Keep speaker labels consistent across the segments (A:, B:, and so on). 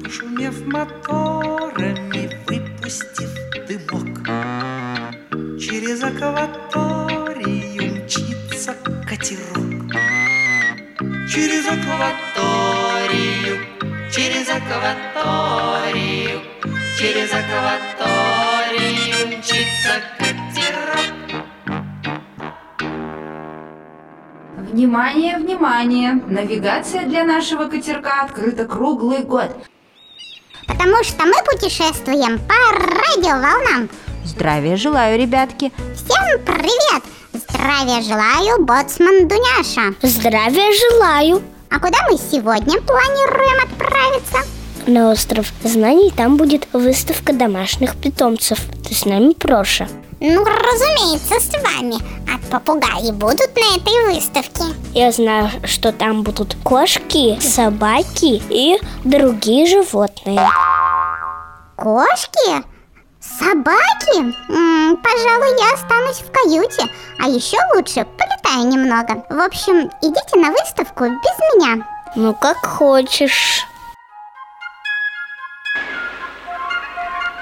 A: Загремев моторами, выпустив дымок, Через акваторию мчится катерок. Через акваторию, через акваторию, Через акваторию мчится катерок.
B: Внимание, внимание! Навигация для нашего катерка открыта круглый год.
C: Потому что мы путешествуем по радиоволнам.
D: Здравия желаю, ребятки.
C: Всем привет! Здравия желаю, боцман Дуняша.
E: Здравия желаю!
C: А куда мы сегодня планируем отправиться?
E: На остров знаний там будет выставка домашних питомцев. Ты с нами, Проша?
C: Ну, разумеется, с вами. А попугаи будут на этой выставке.
E: Я знаю, что там будут кошки, собаки и другие животные.
C: Кошки? Собаки? М, пожалуй, я останусь в каюте. А еще лучше полетаю немного. В общем, идите на выставку без меня.
E: Ну, как хочешь.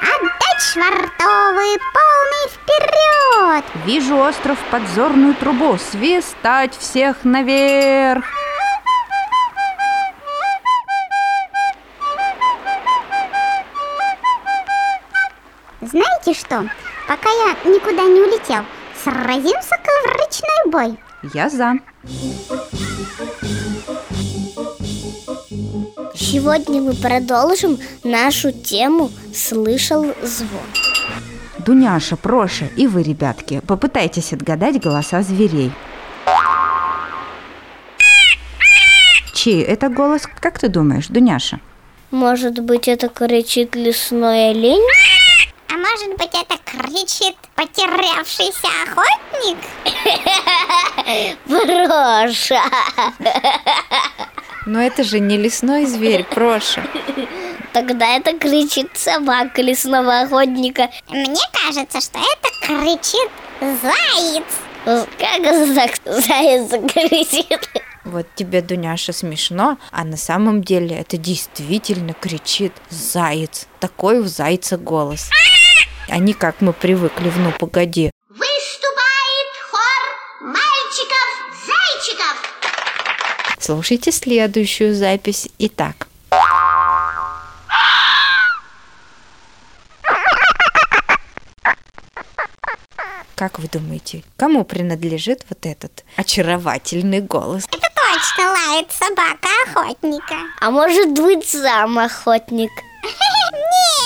C: Отдать швартовый полный вперед!
D: Вижу остров в подзорную трубу. Свистать всех наверх.
C: Знаете что? Пока я никуда не улетел, сразимся коврочной бой.
D: Я за.
E: Сегодня мы продолжим нашу тему «Слышал звон».
D: Дуняша, Проша и вы, ребятки, попытайтесь отгадать голоса зверей. Чей это голос, как ты думаешь, Дуняша?
E: Может быть, это кричит лесной олень?
C: А может быть это кричит потерявшийся охотник?
E: Проша!
F: Но это же не лесной зверь, Проша.
E: Тогда это кричит собака лесного охотника.
C: Мне кажется, что это кричит заяц.
E: Как за- заяц кричит?
F: Вот тебе, Дуняша, смешно, а на самом деле это действительно кричит заяц. Такой у зайца голос. Они, как мы привыкли, в «Ну, погоди».
G: Выступает хор мальчиков-зайчиков.
F: Слушайте следующую запись. Итак, как вы думаете, кому принадлежит вот этот очаровательный голос?
C: Точно лает собака охотника.
E: А может быть сам охотник?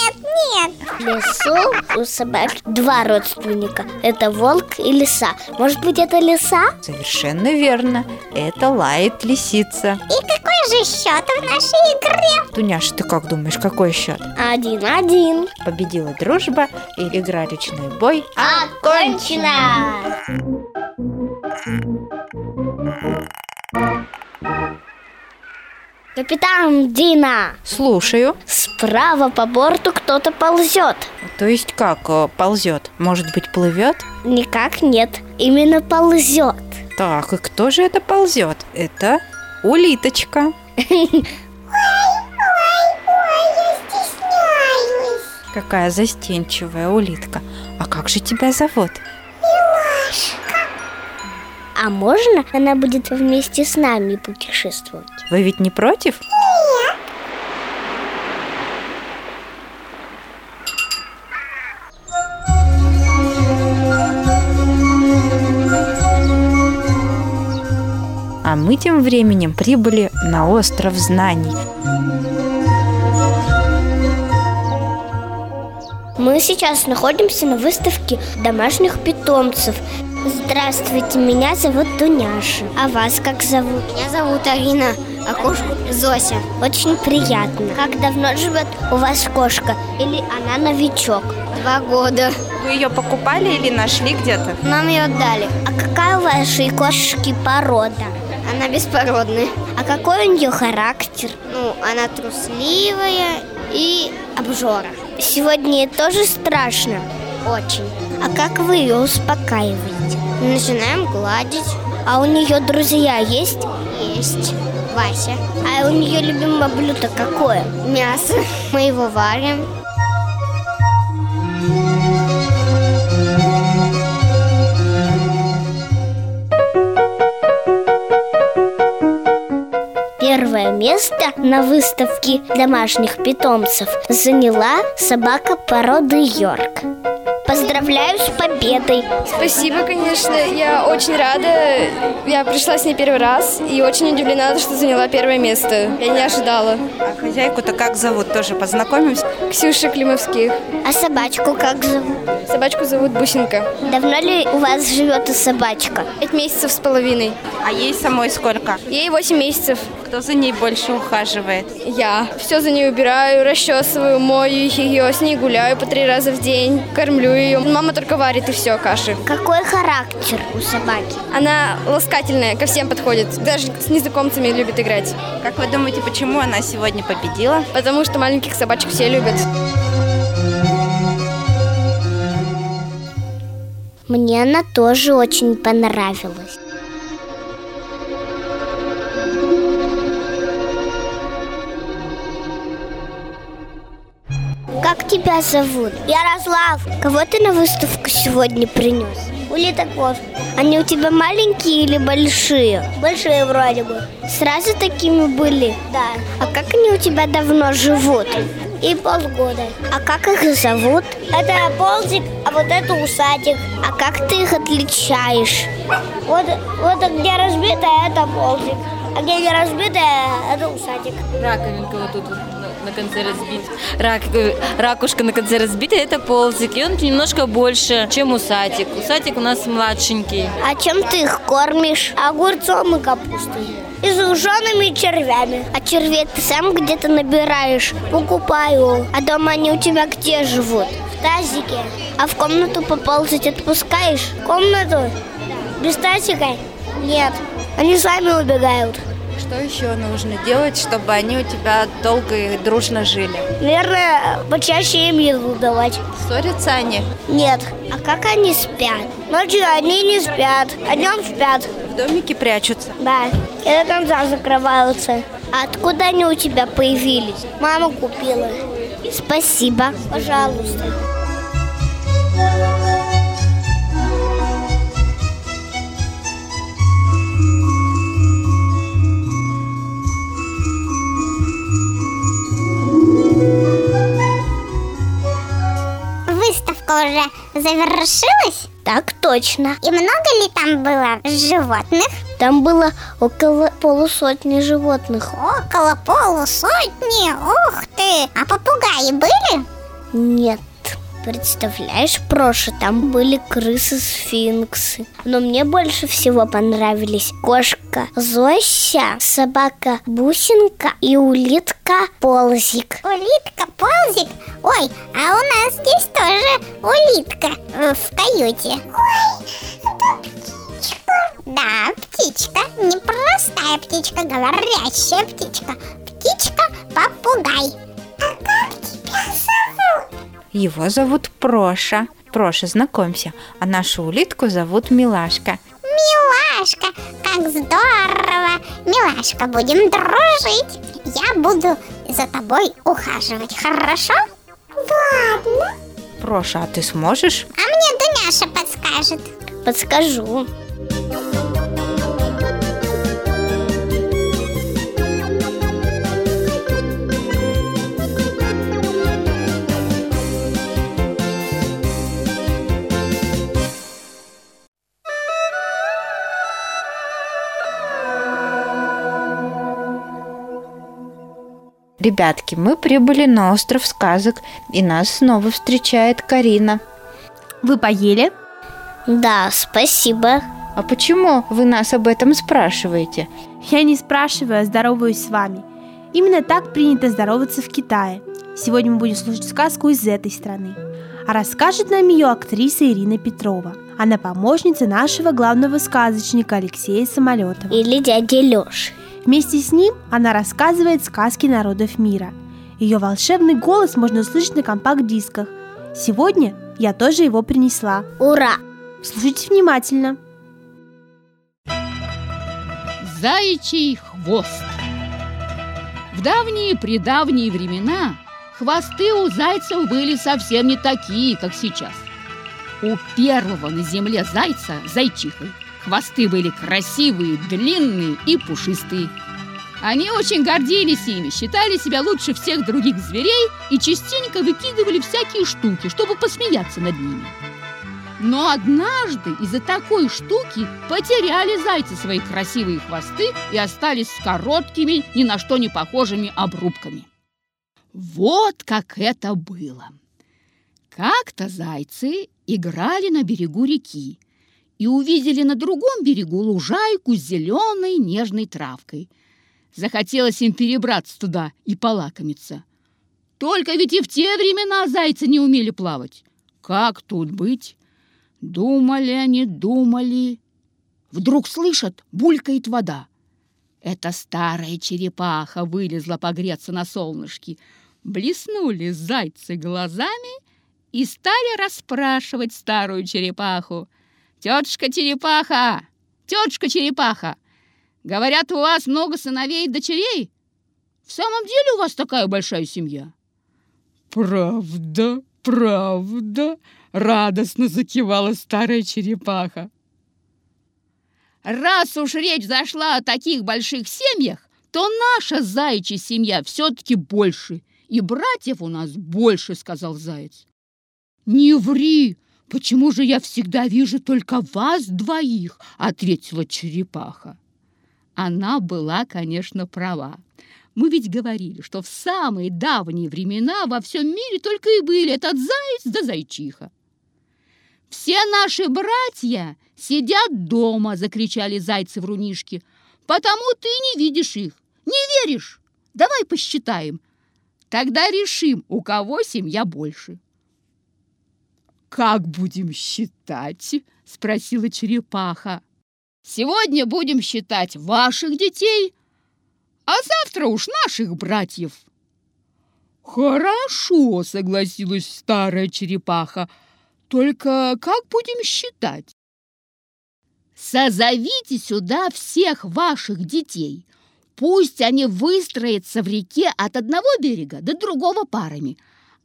C: Нет, нет.
E: В лесу у собак два родственника. Это волк и лиса. Может быть это лиса?
F: Совершенно верно. Это лает лисица.
C: И какой же счет в нашей игре?
F: Дуняш, ты как думаешь, какой счет?
E: Один-один.
F: Победила дружба и игра «Речной бой».
E: Окончено! Капитан Дина,
F: Слушаю.
E: справа по борту кто-то ползет.
F: То есть как э, ползет? Может быть, плывет?
E: Никак нет, именно ползет.
F: Так, и кто же это ползет? Это улиточка. Какая застенчивая улитка. А как же тебя зовут?
E: А можно она будет вместе с нами путешествовать?
F: Вы ведь не против? А мы тем временем прибыли на остров знаний.
E: Мы сейчас находимся на выставке домашних питомцев. Здравствуйте, меня зовут Дуняша. А вас как зовут? Меня зовут Арина, а кошку Зося. Очень приятно. Как давно живет у вас кошка? Или она новичок? Два года.
F: Вы ее покупали или нашли где-то?
E: Нам ее отдали. А какая у вашей кошки порода? Она беспородная. А какой у нее характер? Ну, она трусливая и обжора. Сегодня ей тоже страшно? Очень. А как вы ее успокаиваете? Начинаем гладить. А у нее друзья есть? Есть. Вася. А у нее любимое блюдо какое? Мясо. Мы его варим. Первое место на выставке домашних питомцев заняла собака породы Йорк. Поздравляю с победой!
H: Спасибо, конечно. Я очень рада. Я пришла с ней первый раз и очень удивлена, что заняла первое место. Я не ожидала.
I: А хозяйку-то как зовут? Тоже познакомимся?
H: Ксюша Климовских.
E: А собачку как зовут?
H: Собачку зовут Бусинка.
E: Давно ли у вас живет и собачка?
H: Пять месяцев с половиной.
I: А ей самой сколько?
H: Ей восемь месяцев.
I: Кто за ней больше ухаживает?
H: Я все за ней убираю, расчесываю, мою ее, с ней гуляю по три раза в день, кормлю ее. Мама только варит и все, каши.
E: Какой характер у собаки?
H: Она ласкательная, ко всем подходит. Даже с незнакомцами любит играть.
I: Как вы думаете, почему она сегодня победила?
H: Потому что маленьких собачек все любят.
E: Мне она тоже очень понравилась. Как тебя зовут? Ярослав. Кого ты на выставку сегодня принес? Улитоков. Они у тебя маленькие или большие? Большие вроде бы. Сразу такими были? Да. А как они у тебя давно живут? И полгода. А как их зовут? Это ползик, а вот это усатик. А как ты их отличаешь? Вот, вот где разбито, это ползик. А где не разбито, это усатик.
J: Раковинка вот тут вот на- на конце разбита. Рак, э, ракушка на конце разбита, это ползик. И он немножко больше, чем усатик. Усатик у нас младшенький.
E: А чем ты их кормишь? Огурцом и капустой. И сушеными червями. А червей ты сам где-то набираешь? Покупаю. А дома они у тебя где живут? В тазике. А в комнату поползать отпускаешь? Комнату? Без тазика? Нет. Они сами убегают.
F: Что еще нужно делать, чтобы они у тебя долго и дружно жили?
E: Наверное, почаще им еду давать.
F: Ссорятся они?
E: Нет. А как они спят? Ночью они не спят, а днем спят.
I: В домике прячутся.
E: Да, и до конца закрываются. А откуда они у тебя появились? Мама купила. Спасибо. Пожалуйста.
C: Выставка уже завершилась?
E: Так точно.
C: И много ли там было животных?
E: Там было около полусотни животных.
C: Около полусотни, ух ты! А попугаи были?
E: Нет. Представляешь, Проша, там были крысы-сфинксы. Но мне больше всего понравились кошка Зося, собака Бусинка и улитка Ползик.
C: Улитка, ползик. Ой, а у нас здесь тоже улитка э, в каюте. Ой, это птичка. Да, птичка. Не простая птичка, говорящая птичка. Птичка-попугай. А как тебя зовут?
F: Его зовут Проша. Проша, знакомься. А нашу улитку зовут Милашка.
C: Милашка, как здорово! Милашка, будем дружить. Я буду за тобой ухаживать, хорошо? Ладно.
F: Проша, а ты сможешь?
C: А мне Дуняша подскажет.
E: Подскажу.
F: Ребятки, мы прибыли на остров сказок, и нас снова встречает Карина.
K: Вы поели?
E: Да, спасибо.
F: А почему вы нас об этом спрашиваете?
K: Я не спрашиваю, а здороваюсь с вами. Именно так принято здороваться в Китае. Сегодня мы будем слушать сказку из этой страны. А расскажет нам ее актриса Ирина Петрова. Она помощница нашего главного сказочника Алексея Самолетова.
E: Или дядя Леша.
K: Вместе с ним она рассказывает сказки народов мира. Ее волшебный голос можно услышать на компакт-дисках. Сегодня я тоже его принесла.
E: Ура!
K: Слушайте внимательно.
L: Заячий хвост. В давние-предавние времена хвосты у зайцев были совсем не такие, как сейчас. У первого на земле зайца, зайчихой, хвосты были красивые, длинные и пушистые. Они очень гордились ими, считали себя лучше всех других зверей и частенько выкидывали всякие штуки, чтобы посмеяться над ними. Но однажды из-за такой штуки потеряли зайцы свои красивые хвосты и остались с короткими, ни на что не похожими обрубками. Вот как это было. Как-то зайцы играли на берегу реки и увидели на другом берегу лужайку с зеленой нежной травкой. Захотелось им перебраться туда и полакомиться. Только ведь и в те времена зайцы не умели плавать. Как тут быть? Думали они, думали. Вдруг слышат, булькает вода. Эта старая черепаха вылезла погреться на солнышке. Блеснули зайцы глазами и стали расспрашивать старую черепаху. «Тетушка черепаха! Тетушка черепаха! Говорят, у вас много сыновей и дочерей? В самом деле у вас такая большая семья?» «Правда, правда!» радостно закивала старая черепаха. Раз уж речь зашла о таких больших семьях, то наша заячья семья все-таки больше, и братьев у нас больше, сказал заяц. Не ври, почему же я всегда вижу только вас двоих, ответила черепаха. Она была, конечно, права. Мы ведь говорили, что в самые давние времена во всем мире только и были этот заяц да зайчиха. «Все наши братья сидят дома!» – закричали зайцы в рунишке. «Потому ты не видишь их! Не веришь? Давай посчитаем! Тогда решим, у кого семья больше!» «Как будем считать?» – спросила черепаха. «Сегодня будем считать ваших детей, а завтра уж наших братьев!» «Хорошо!» – согласилась старая черепаха. Только как будем считать? Созовите сюда всех ваших детей. Пусть они выстроятся в реке от одного берега до другого парами.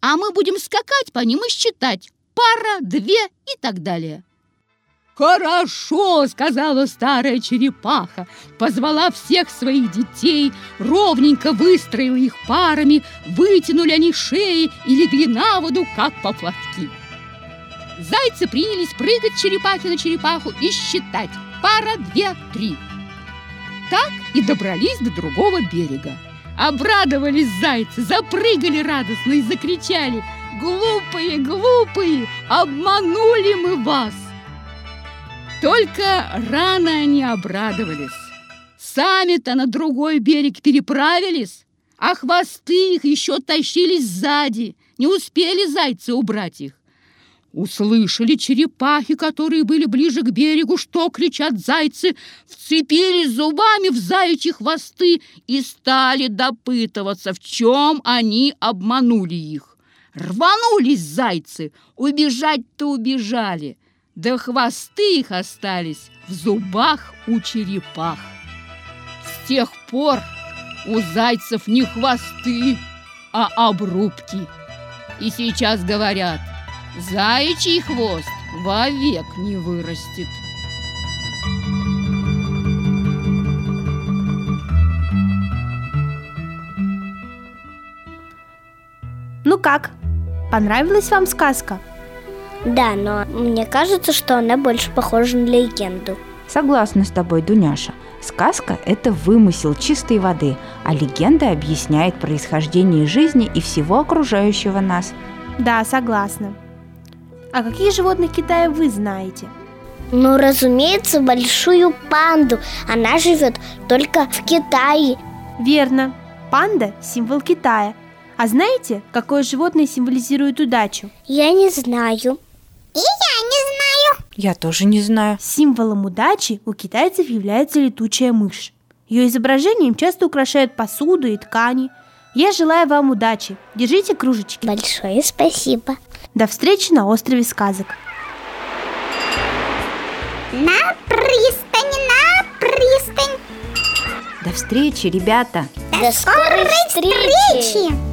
L: А мы будем скакать по ним и считать. Пара, две и так далее. «Хорошо!» – сказала старая черепаха. Позвала всех своих детей, ровненько выстроила их парами, вытянули они шеи и легли на воду, как поплавки. Зайцы принялись прыгать черепахи на черепаху и считать. Пара, две, три. Так и добрались до другого берега. Обрадовались зайцы, запрыгали радостно и закричали. «Глупые, глупые, обманули мы вас!» Только рано они обрадовались. Сами-то на другой берег переправились, а хвосты их еще тащились сзади. Не успели зайцы убрать их. Услышали черепахи, которые были ближе к берегу, что кричат зайцы, вцепились зубами в заячьи хвосты и стали допытываться, в чем они обманули их. Рванулись зайцы, убежать-то убежали, да хвосты их остались в зубах у черепах. С тех пор у зайцев не хвосты, а обрубки. И сейчас говорят – Заячий хвост вовек не вырастет.
K: Ну как, понравилась вам сказка?
E: Да, но мне кажется, что она больше похожа на легенду.
D: Согласна с тобой, Дуняша. Сказка – это вымысел чистой воды, а легенда объясняет происхождение жизни и всего окружающего нас.
K: Да, согласна. А каких животных Китая вы знаете?
E: Ну, разумеется, большую панду. Она живет только в Китае.
K: Верно. Панда – символ Китая. А знаете, какое животное символизирует удачу?
E: Я не знаю.
C: И я не знаю.
F: Я тоже не знаю.
K: Символом удачи у китайцев является летучая мышь. Ее изображением часто украшают посуду и ткани. Я желаю вам удачи. Держите кружечки.
E: Большое спасибо.
K: До встречи на острове сказок.
C: На пристань, на пристань.
D: До встречи, ребята!
C: До скорой встречи!